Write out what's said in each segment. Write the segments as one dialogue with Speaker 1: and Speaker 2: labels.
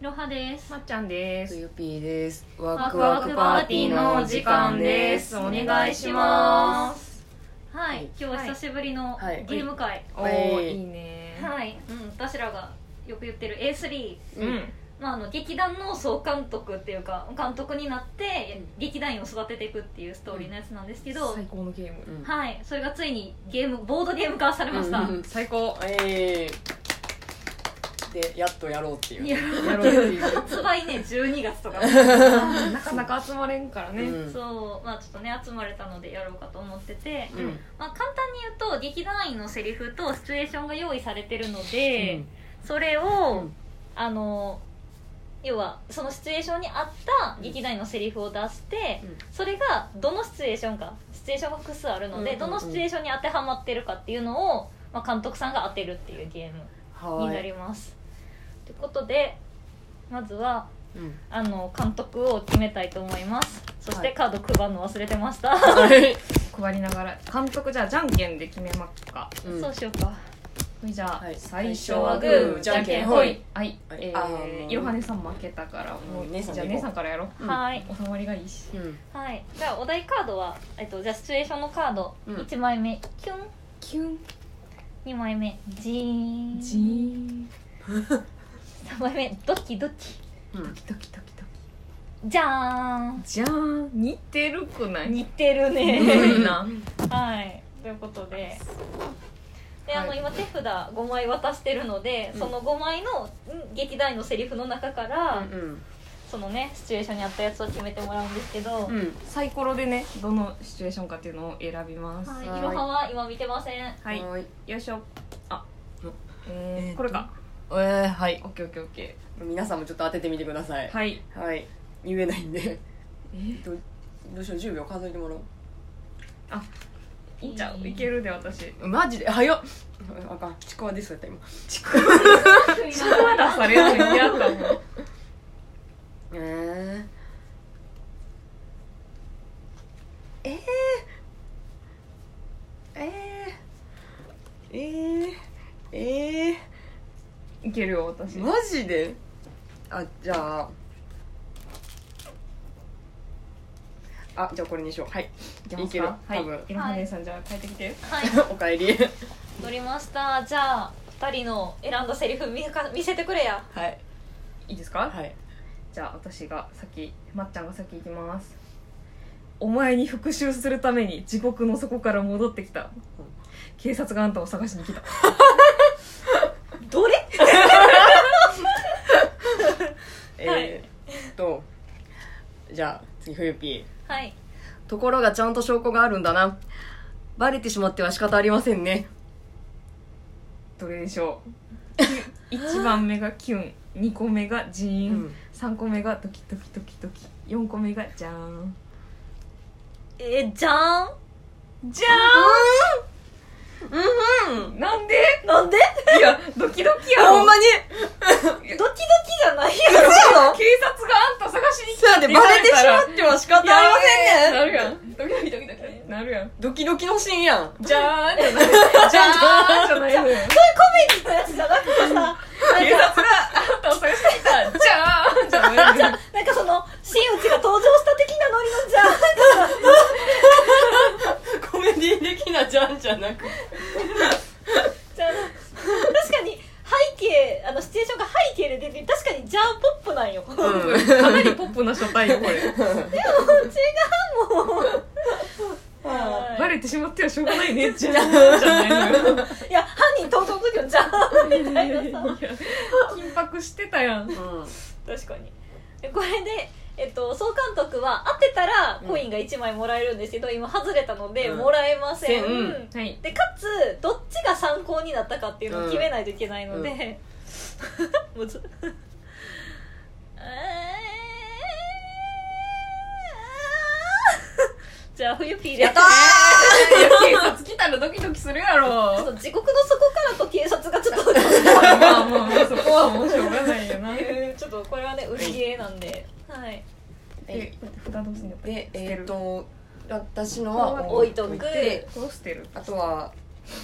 Speaker 1: ろはです
Speaker 2: まっちゃんで
Speaker 3: つ
Speaker 2: す。
Speaker 3: ゆぴーです。ワ
Speaker 1: ワ
Speaker 3: ク
Speaker 1: ク
Speaker 3: ワ
Speaker 1: ワ
Speaker 3: ク
Speaker 1: ク
Speaker 3: パ
Speaker 1: パ
Speaker 3: ー
Speaker 1: ー
Speaker 3: テ
Speaker 1: ティ
Speaker 3: ィー
Speaker 1: ー
Speaker 3: の
Speaker 1: の
Speaker 3: お
Speaker 1: お
Speaker 3: 時
Speaker 1: 時
Speaker 3: 間
Speaker 1: 間
Speaker 3: で。
Speaker 1: ですす
Speaker 3: お
Speaker 1: お
Speaker 3: 願
Speaker 1: 願
Speaker 3: い
Speaker 1: い
Speaker 3: し
Speaker 1: し
Speaker 3: ま。
Speaker 1: ますはい今日は久しぶりの
Speaker 3: はい
Speaker 1: ゲーム会
Speaker 2: お
Speaker 3: は
Speaker 2: お
Speaker 3: い
Speaker 2: いいね。
Speaker 1: はい、うん、私らがよく言ってる A3
Speaker 2: う
Speaker 3: うんん。。
Speaker 1: まあ、あの劇団の総監督っていうか監督になって劇団員を育てていくっていうストーリーのやつなんですけど、
Speaker 2: 最高のゲーム。
Speaker 3: うん
Speaker 1: はいそれがついにゲームボードゲーム化されました、
Speaker 3: うんうん
Speaker 2: 最高。
Speaker 3: えーで、やっとやろうっていう。
Speaker 1: いや
Speaker 2: やろうっていう。
Speaker 1: 発売ね12月とか
Speaker 2: なかなか集まれんから
Speaker 3: う
Speaker 2: ね。
Speaker 3: ん。
Speaker 1: そうまあちょっとね集まれたのでやろうかと思ってて、
Speaker 3: うん
Speaker 1: まあ、簡単に言うと劇団員のセリフとシチュエーションが用意されてるので、それを、
Speaker 3: うん
Speaker 1: あの要はそのシチュエーションに合った劇団員のセリフを出して、
Speaker 3: うん
Speaker 1: それがどのシチュエーションかシチュエーションが複数あるので、
Speaker 3: うんうんうん
Speaker 1: どのシチュエーションに当てはまってるかっていうのを、まあ、監督さんが当てるっていうゲームにな
Speaker 3: はーい。
Speaker 1: ります。ということでまずは
Speaker 3: うん
Speaker 1: あの監督を決めたいと思いますそし
Speaker 3: は
Speaker 1: て
Speaker 3: い
Speaker 1: カード配るの忘れてました、
Speaker 3: はい。
Speaker 2: 配りながら。監督じゃあじゃんけんで決めまっか。
Speaker 3: うん
Speaker 1: そうしようか
Speaker 2: ほいじゃあ
Speaker 3: はい
Speaker 2: 最初
Speaker 1: 最初
Speaker 2: は
Speaker 1: は
Speaker 2: グ
Speaker 1: グ
Speaker 2: ー
Speaker 1: ー
Speaker 2: じ
Speaker 1: じ
Speaker 2: ゃ
Speaker 1: ゃ
Speaker 2: ん
Speaker 1: ん
Speaker 2: け
Speaker 1: け
Speaker 2: ん
Speaker 1: ん
Speaker 2: ほ
Speaker 1: ほ
Speaker 2: い
Speaker 1: い。
Speaker 2: はい。
Speaker 3: はい
Speaker 2: え
Speaker 3: あーも
Speaker 2: ー
Speaker 3: う
Speaker 2: いろはねさん負けたからもう
Speaker 3: うん姉さん
Speaker 2: じ
Speaker 3: で
Speaker 2: ゃあ
Speaker 3: いこう
Speaker 2: 姉さんからやろう。
Speaker 3: うん
Speaker 1: はい
Speaker 2: 収まりがいいし。
Speaker 3: うん。
Speaker 1: はいじゃあお題カードは、えっと、じゃあシチュエーションのカード、
Speaker 3: うん
Speaker 1: 1枚目キュン
Speaker 2: キュン
Speaker 1: 2枚目ジーン
Speaker 2: ジーン
Speaker 1: 3枚目ドキドキ
Speaker 3: うん
Speaker 2: ドキドキドキ。
Speaker 1: じゃーん
Speaker 2: じゃーん 似てるくない？
Speaker 1: 似てる
Speaker 2: て
Speaker 1: ね
Speaker 2: るな。
Speaker 1: はいということでであの、
Speaker 2: はい
Speaker 1: 今手札5枚渡してるので、
Speaker 3: うん
Speaker 1: その5枚のん劇団員のセリフの中から、
Speaker 3: うん
Speaker 1: そのねシチュエーションに合ったやつを決めてもらうんですけど、
Speaker 3: うん。
Speaker 2: サイコロでねどのシチュエーションかっていうのを選びます
Speaker 1: はい、い
Speaker 3: はい
Speaker 1: ろはは今見てません。
Speaker 2: はい、
Speaker 3: はーい。
Speaker 2: よいしょあ
Speaker 3: お
Speaker 2: えー
Speaker 3: えーと
Speaker 2: これか
Speaker 3: えー、はい
Speaker 2: オ。ッケーオッケーオッケ
Speaker 3: 皆さんもちょっと当ててみてください
Speaker 2: ー。はい
Speaker 3: はい。言えないんで。
Speaker 2: え
Speaker 3: どどうしよう、10秒数えてもらお
Speaker 2: いいんちゃういけるで私
Speaker 3: う。マジで早っあかん。ちくわですやった、今。
Speaker 2: ちくわ出されるの嫌かも
Speaker 3: えー、えー、えー、えー、え
Speaker 2: いけるよ私
Speaker 3: ー、マジであじゃああじゃあこれにしようはい
Speaker 2: いけます
Speaker 3: いける
Speaker 2: かはい
Speaker 3: 多分
Speaker 2: いろは姉さんじゃあ帰ってきて
Speaker 1: はい、
Speaker 3: おかえり
Speaker 1: 乗りました。じゃあ、二人の選んだセリフ見か見せてくれや。
Speaker 3: はい
Speaker 2: いいですか、
Speaker 3: はい
Speaker 2: じゃあ私が先まっちゃんが先行きますお前に復讐するために地獄の底から戻ってきた警察があんたを探しに来た
Speaker 1: どれ？
Speaker 3: えー、っとじゃあ次冬ピー
Speaker 1: はい。
Speaker 3: ところがちゃんと証拠があるんだなバレてしまっては仕方ありませんね
Speaker 2: どれでし ょう1番目がキュン2個目がジーン、
Speaker 3: うん
Speaker 2: 3個目がドキドキドキドキ4個目がジャーン
Speaker 1: えー、じゃーん。
Speaker 2: ジャーンうんなんで
Speaker 1: なんで？
Speaker 2: いやドキドキや
Speaker 3: あ
Speaker 2: ろ
Speaker 3: ほんまに
Speaker 1: ドキドキじゃないやろ。
Speaker 2: 警察があんた探しに来
Speaker 3: そうやでバレてしまっては仕方ありませんね
Speaker 2: なるやんドキドキドキドキなるやん
Speaker 3: ドキドキのシーンやん
Speaker 2: ジャーンじゃないジャーンじゃない
Speaker 1: コ
Speaker 2: のよ
Speaker 1: メディのやつじゃなくてさ、なんか
Speaker 2: 警察があんたを探しに来たジャーンじゃないのよ
Speaker 1: なんかその新内が登場した的なノリのじゃん。
Speaker 3: コメディ的なじゃんじゃなく
Speaker 1: じゃん。確かに。背景あのシチュエーションが背景で出て確かにジャーンポップなんよ、
Speaker 3: う
Speaker 1: 違うん
Speaker 2: かなりポップな初対よこれ
Speaker 1: もん
Speaker 3: は
Speaker 2: バレてしまってはしょうがないねジャーンじゃないのよ
Speaker 1: いや犯人登場の時のジャーンみたいなさ
Speaker 2: 緊迫してたやん
Speaker 1: 確かにでこれで、えっと、総監督は当てたらコインが1枚もらえるんですけど、今外れたので
Speaker 3: うん
Speaker 1: もらえません、
Speaker 3: せん
Speaker 2: はい
Speaker 1: でかつどっちが参考になったかっていうのを決めないといけないので、 むずっえー じゃあ冬ピーで
Speaker 3: やったー
Speaker 2: 警察来たらドキドキするや
Speaker 1: ちょっ
Speaker 2: ろ
Speaker 1: と地獄の底からと警察がちょっと
Speaker 2: まあまあまあそこはもうしょうがないよな
Speaker 1: えーちょっとこれはね売り切れなんで、はい、
Speaker 2: え札どうすんの
Speaker 3: で
Speaker 2: 捨て
Speaker 3: え
Speaker 2: る
Speaker 3: っと私のは
Speaker 1: 置いとく
Speaker 3: て
Speaker 2: どうしてる
Speaker 3: あとは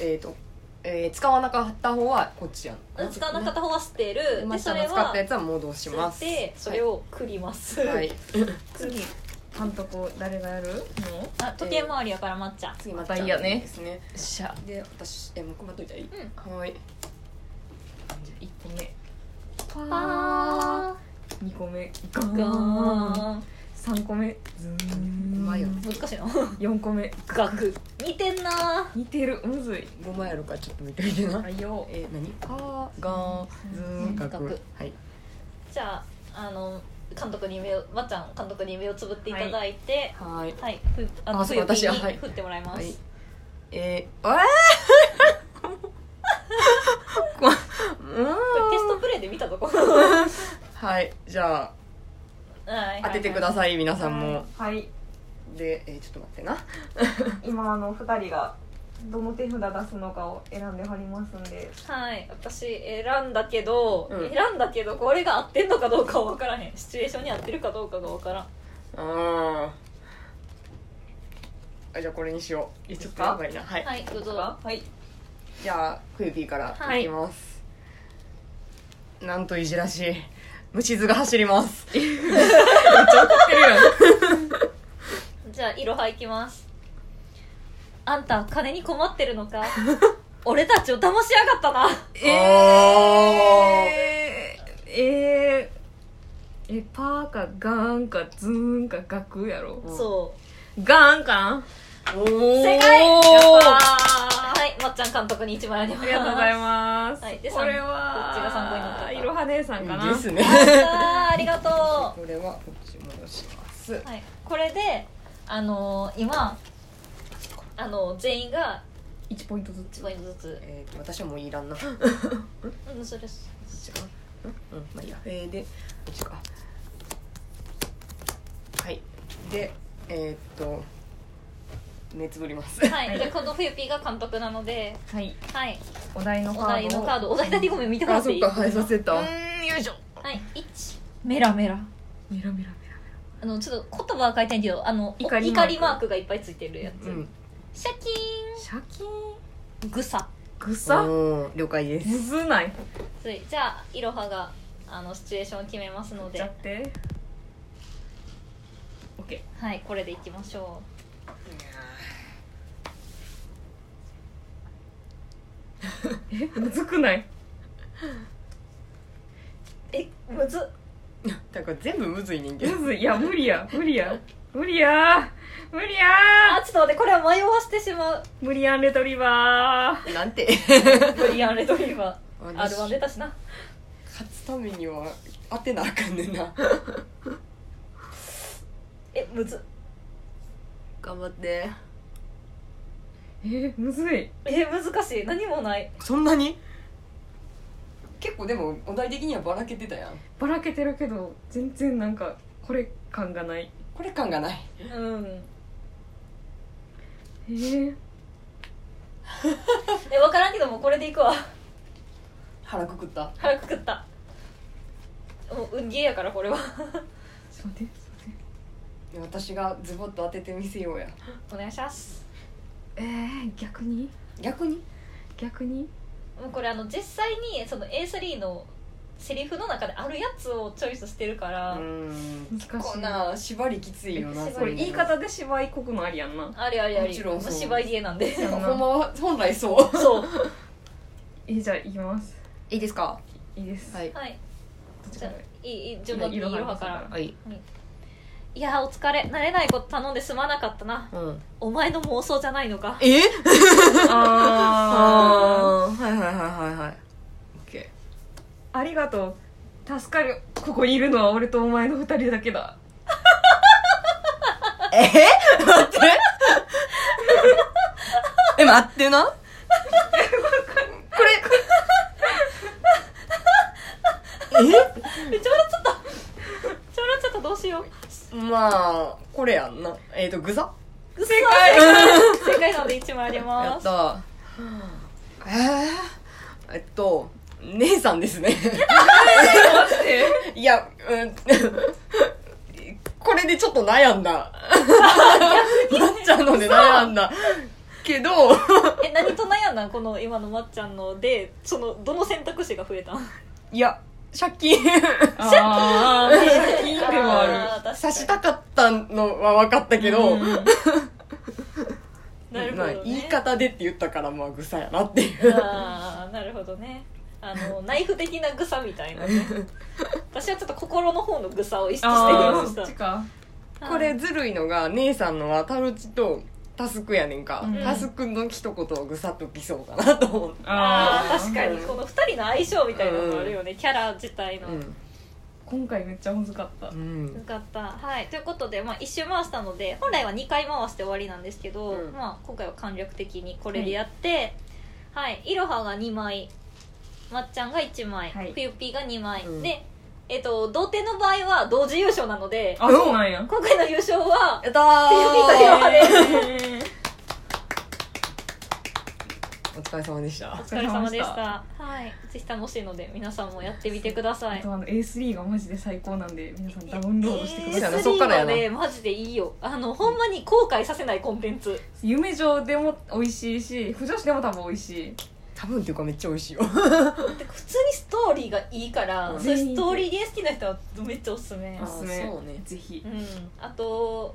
Speaker 3: えっとえー使わなかった方はこっちやん
Speaker 1: うん使わなかった方は捨てる
Speaker 3: ま
Speaker 1: で
Speaker 3: っち
Speaker 1: そ
Speaker 3: ゃんの
Speaker 1: れ
Speaker 3: 使っ
Speaker 1: は
Speaker 3: たやつは戻し
Speaker 1: 捨
Speaker 3: ます
Speaker 1: ててそれをくります、
Speaker 3: はい、はい、
Speaker 2: 次監督誰がやるの
Speaker 1: あ時計回りやからまっちゃん
Speaker 3: 次
Speaker 2: ま
Speaker 3: ま
Speaker 2: た
Speaker 3: た
Speaker 2: い
Speaker 3: い
Speaker 2: い
Speaker 3: い
Speaker 2: や
Speaker 3: や
Speaker 2: ね
Speaker 3: ねですね
Speaker 2: しゃ
Speaker 3: で私えもうこまっといたらいい、
Speaker 1: う
Speaker 3: はい
Speaker 2: 1個目
Speaker 1: パー
Speaker 2: 2個目ガーン
Speaker 1: ガーン
Speaker 2: 3個目ズーン
Speaker 3: うまいよ
Speaker 1: 難しいな
Speaker 2: 4個目
Speaker 1: 額似てんな
Speaker 2: 似てるむずい
Speaker 3: 5枚あるからちょっと見てみてな、
Speaker 2: はいよ
Speaker 3: えー、何かがずんか
Speaker 1: 角
Speaker 3: くはい
Speaker 1: じゃああの監督に目をまっちゃん監督に目をつぶっていただいて
Speaker 3: はい
Speaker 1: はい、ふあの
Speaker 3: あそう
Speaker 1: 冬ピ
Speaker 3: 私
Speaker 1: ー
Speaker 3: は
Speaker 1: に
Speaker 3: はい
Speaker 1: 振ってもらいます、
Speaker 3: はいえー、あー こう
Speaker 1: これテストプレイで見たとこは
Speaker 3: んはいじゃあ
Speaker 1: い
Speaker 3: 当ててくだ
Speaker 1: い
Speaker 3: さい皆さんも
Speaker 2: はい
Speaker 3: で、えー、ちょっと待ってな
Speaker 2: 今あの二人がどの手札出すのかを選んではりますんで
Speaker 1: はい私選んだけど、
Speaker 3: うん
Speaker 1: 選んだけどこれが合ってんのかどうかは分からへんシチュエーションに合ってるかどうかが分からん
Speaker 3: あーあじゃあこれにしよう
Speaker 2: いいです
Speaker 3: ちょっ
Speaker 2: か
Speaker 3: とやばいなはい、
Speaker 1: はいどうぞ
Speaker 2: はい
Speaker 3: じゃあクユピーからいきます、なんといじらしい虫図が走りますめっちゃ怒ってるやん
Speaker 1: じゃあいろはいきますあんた金に困ってるのか俺たちを騙しやがったな
Speaker 2: えー、えー、えパーかガーンかズーンかガクやろ
Speaker 3: うん
Speaker 1: そう
Speaker 2: ガーンかな
Speaker 3: お
Speaker 1: 正
Speaker 3: 正
Speaker 1: 解
Speaker 2: おー
Speaker 1: はいまっちゃん監督に一枚あります
Speaker 2: ありがとうございます、
Speaker 1: はいで
Speaker 2: これは
Speaker 1: こっちが参考になった
Speaker 2: いろは姉さんかな
Speaker 3: ですね
Speaker 1: あーありがとうは
Speaker 3: これはこっち戻します
Speaker 1: いこれであのー今あのー全員が
Speaker 2: 1ポイントずつ
Speaker 1: 1ポイントずつ
Speaker 3: えーと私はもういらんな違う
Speaker 1: うんそれす
Speaker 3: うんまあいいやえー、でこっちかはいでえー、っと目つぶり ます
Speaker 1: はいでこの冬ピーが監督なので
Speaker 2: はい
Speaker 1: はい
Speaker 2: お題の
Speaker 1: お
Speaker 2: カードを
Speaker 1: 題のカードお題だけごめん見てもら
Speaker 3: あ
Speaker 1: って
Speaker 3: そ
Speaker 1: い
Speaker 3: っ
Speaker 1: い
Speaker 3: か
Speaker 1: は
Speaker 3: はいさせた
Speaker 2: うんよいしょ
Speaker 1: い1メラメラ
Speaker 2: メラメラメ
Speaker 1: あのちょっと言葉は書いてないけどあのお
Speaker 2: 怒
Speaker 1: 怒
Speaker 2: り
Speaker 1: り
Speaker 2: マ
Speaker 1: マ
Speaker 2: ーク
Speaker 1: ークがいっぱいついてるやつ、
Speaker 3: うん
Speaker 1: シャキ
Speaker 2: ラシャキーン
Speaker 1: ーングサ
Speaker 2: グサ
Speaker 3: おー了解です
Speaker 2: むずない
Speaker 1: はいじゃあいろはがあのシチュエーションを決めますの
Speaker 2: じ
Speaker 1: で
Speaker 2: ゃってオッケ
Speaker 1: はいこれでいきましょ
Speaker 2: ーえむずくないう
Speaker 1: えむずっ
Speaker 3: だから全部むずい人 間
Speaker 2: むずいいや無理や無理や無理や無理や
Speaker 1: あちょっと待ってこれは迷わしてしまう
Speaker 2: 無理やんレトリバー
Speaker 3: なんて
Speaker 1: ブリアンレトリーバー
Speaker 3: 私
Speaker 1: R1 出たしな
Speaker 3: 勝つためには当てなあかんねんな
Speaker 1: えむずっ
Speaker 3: 頑張って
Speaker 2: えむずい
Speaker 1: え難しい何もない
Speaker 3: そんなに結構でもお題的にはばらけてたやん
Speaker 2: ばらけてるけど全然なんかこれ感がない
Speaker 3: これ感がない
Speaker 1: うん
Speaker 2: えー、
Speaker 1: え分からんけどもうこれでいくわ
Speaker 3: 腹くくった
Speaker 1: 腹くくったもう運ゲーやからこれは
Speaker 2: ちょっと待ってちょっと待って
Speaker 3: 私がズボッと当ててみせようや
Speaker 1: お願いします
Speaker 2: えー、逆に
Speaker 3: 逆に
Speaker 2: 逆に
Speaker 1: もうこれあの実際にその A3 のセリフの中であるやつをチョイスしてるか
Speaker 3: う
Speaker 1: ら、
Speaker 3: ん
Speaker 2: 難しい
Speaker 3: 結構な縛りきついよな
Speaker 1: え
Speaker 3: そ
Speaker 2: こ
Speaker 3: う
Speaker 2: れ
Speaker 3: いうの
Speaker 2: 言い方で芝居こくのありやんな
Speaker 1: ありありあり
Speaker 3: もちろんそう
Speaker 1: もう芝居ゲーなんで
Speaker 3: なんかほんまは本来そう
Speaker 1: そう
Speaker 2: えー、じゃあいきます
Speaker 3: いいですか
Speaker 2: いいです
Speaker 3: はい
Speaker 1: はい
Speaker 2: どっち
Speaker 1: じ
Speaker 2: か
Speaker 1: ゃあ
Speaker 2: ら
Speaker 1: いいいい順番にいろはから
Speaker 3: はい
Speaker 1: いやーお疲れ慣れないこと頼んですまなかったな
Speaker 3: うん
Speaker 1: お前の妄想じゃないのか
Speaker 3: え
Speaker 2: あ
Speaker 3: あーはいはいはいはいはい OK
Speaker 2: あありがとう助かるここにいるのは俺とお前の二人だけだ
Speaker 3: え待って え待ってなこ
Speaker 1: えちょろちょっと
Speaker 3: れ
Speaker 1: ちょろちょっとどうしよ
Speaker 3: えまあこれやんなえっ、と具材
Speaker 1: う正解正解なので1枚あり
Speaker 3: や
Speaker 1: ま
Speaker 3: っ
Speaker 1: す
Speaker 3: たえー、えっと姉さんですねいやうん これでちょっと悩んだなっちゃうので悩んだけど
Speaker 1: え何と悩んだんこの今のまっちゃんのでそのどの選択肢が増えたん
Speaker 3: いや借金
Speaker 2: あー借金でもあ
Speaker 1: あー確かに
Speaker 3: さしたかったのは分かった
Speaker 2: る
Speaker 3: けど、
Speaker 2: うん
Speaker 1: なるほど、
Speaker 3: まあ
Speaker 1: ね、
Speaker 3: 言い方でって言ったからまあぐさやなっていう
Speaker 1: ああなるほどねあのナイフ的なグサみたいな ね私はちょっと心の方のグサを意識してみ
Speaker 2: あ
Speaker 1: ま
Speaker 2: ー
Speaker 1: し
Speaker 2: そ
Speaker 1: た
Speaker 2: っちか
Speaker 3: これずるいのが姉さんのはタルチとタスクやねんか、
Speaker 2: うん
Speaker 3: タスクの一言をぐさっときそうかなと思って、
Speaker 1: あ
Speaker 2: ー
Speaker 1: ー確かにこの2人の相性みたいなのもあるよね、キャラ自体の、
Speaker 2: 今回めっちゃむずかった
Speaker 3: う
Speaker 1: よ
Speaker 3: ん
Speaker 1: かったはいということで、まあ、1周回したので本来は2回回して終わりなんですけど、
Speaker 3: うん
Speaker 1: まあ、今回は簡略的にこれでやってはい、いろはが2枚まっちゃんが1枚、
Speaker 2: はい
Speaker 1: ふゆぴーが2枚、
Speaker 3: うん
Speaker 1: で、えっと同点の場合は同時優勝なので
Speaker 2: あそうなんや
Speaker 1: 今回の優勝は
Speaker 3: やった
Speaker 1: ふゆぴーといろはです
Speaker 3: お疲れ様でした
Speaker 1: お疲れ様でし
Speaker 2: お疲れ様
Speaker 1: たはいぜひ楽しいので皆さんもやってみてくださ
Speaker 2: あ
Speaker 1: い
Speaker 2: とあの A3 がマジで最高なんで皆さんダウンロードしてください
Speaker 3: いや
Speaker 1: そ
Speaker 3: そ
Speaker 1: っ
Speaker 3: っ
Speaker 1: か
Speaker 3: からら
Speaker 1: や
Speaker 3: や
Speaker 1: な
Speaker 3: な
Speaker 1: マジでいいよあのほんまに後悔させないコンテンツ
Speaker 2: 夢上でも美味しいし不女子でも多分美味しい
Speaker 3: 多分っていうかめっちゃ美味しいよ
Speaker 1: で普通にストーリーがいいから、
Speaker 3: うん
Speaker 1: そういうストーリーで好きな人はめっちゃおすすめ
Speaker 2: おすすめ
Speaker 3: あそうね
Speaker 2: ぜひ
Speaker 1: うんあと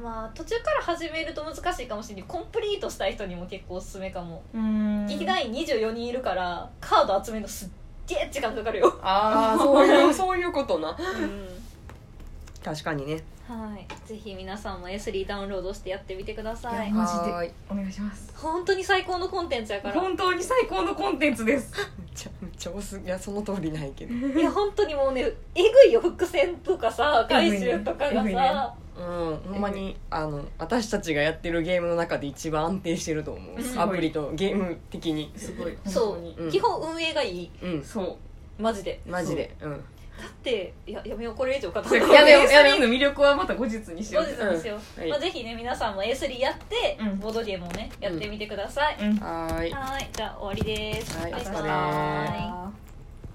Speaker 1: まあ途中から始めると難しいかもしれないコンプリートしたい人にも結構おすすめかも、
Speaker 2: うん
Speaker 1: 劇団員24人いるからカード集めるのすっげえ時間かかるよ、
Speaker 3: ああそういうそういうことな
Speaker 1: うん、
Speaker 3: 確かにね
Speaker 1: はいぜひ皆さんも S3 ダウンロードしてやってみてくださ
Speaker 2: はいい
Speaker 3: や
Speaker 2: マジ
Speaker 3: はーい
Speaker 2: でお願いします
Speaker 1: 本当に最高のコンテンツやから
Speaker 2: 本当に最高のコンテンツです
Speaker 3: めっちゃめっちゃおすいやその通りないけど
Speaker 1: いや本当にもうねえぐいよ伏線とかさ回収とか
Speaker 2: え
Speaker 1: が
Speaker 2: ぐいねえぐい
Speaker 1: さ
Speaker 2: ね
Speaker 3: うんほんまにあの私たちがやってるゲームの中で一番安定してると思う、
Speaker 1: うん
Speaker 3: アプリとゲーム的に
Speaker 2: すごい
Speaker 1: そ
Speaker 2: 本当
Speaker 1: う、
Speaker 3: うん
Speaker 1: 基本運営がいい
Speaker 3: うん
Speaker 2: にそう
Speaker 1: マジで
Speaker 3: マジでうん
Speaker 1: だっていややめようこれ以上語
Speaker 2: じゃ
Speaker 1: る
Speaker 2: あ
Speaker 1: の
Speaker 2: この
Speaker 3: やめようやめ
Speaker 2: A3 の魅力はまた後日にしよ
Speaker 1: 後
Speaker 2: う
Speaker 1: 日ですよ、
Speaker 3: うんはい
Speaker 1: まあ、ぜひね皆さんも A3 やって、
Speaker 2: うん
Speaker 1: ボードゲームをねやってみてください、
Speaker 2: うん
Speaker 3: はーい
Speaker 1: はーいじゃあ終わりです
Speaker 3: はいお疲れ
Speaker 1: バイバイ
Speaker 2: あー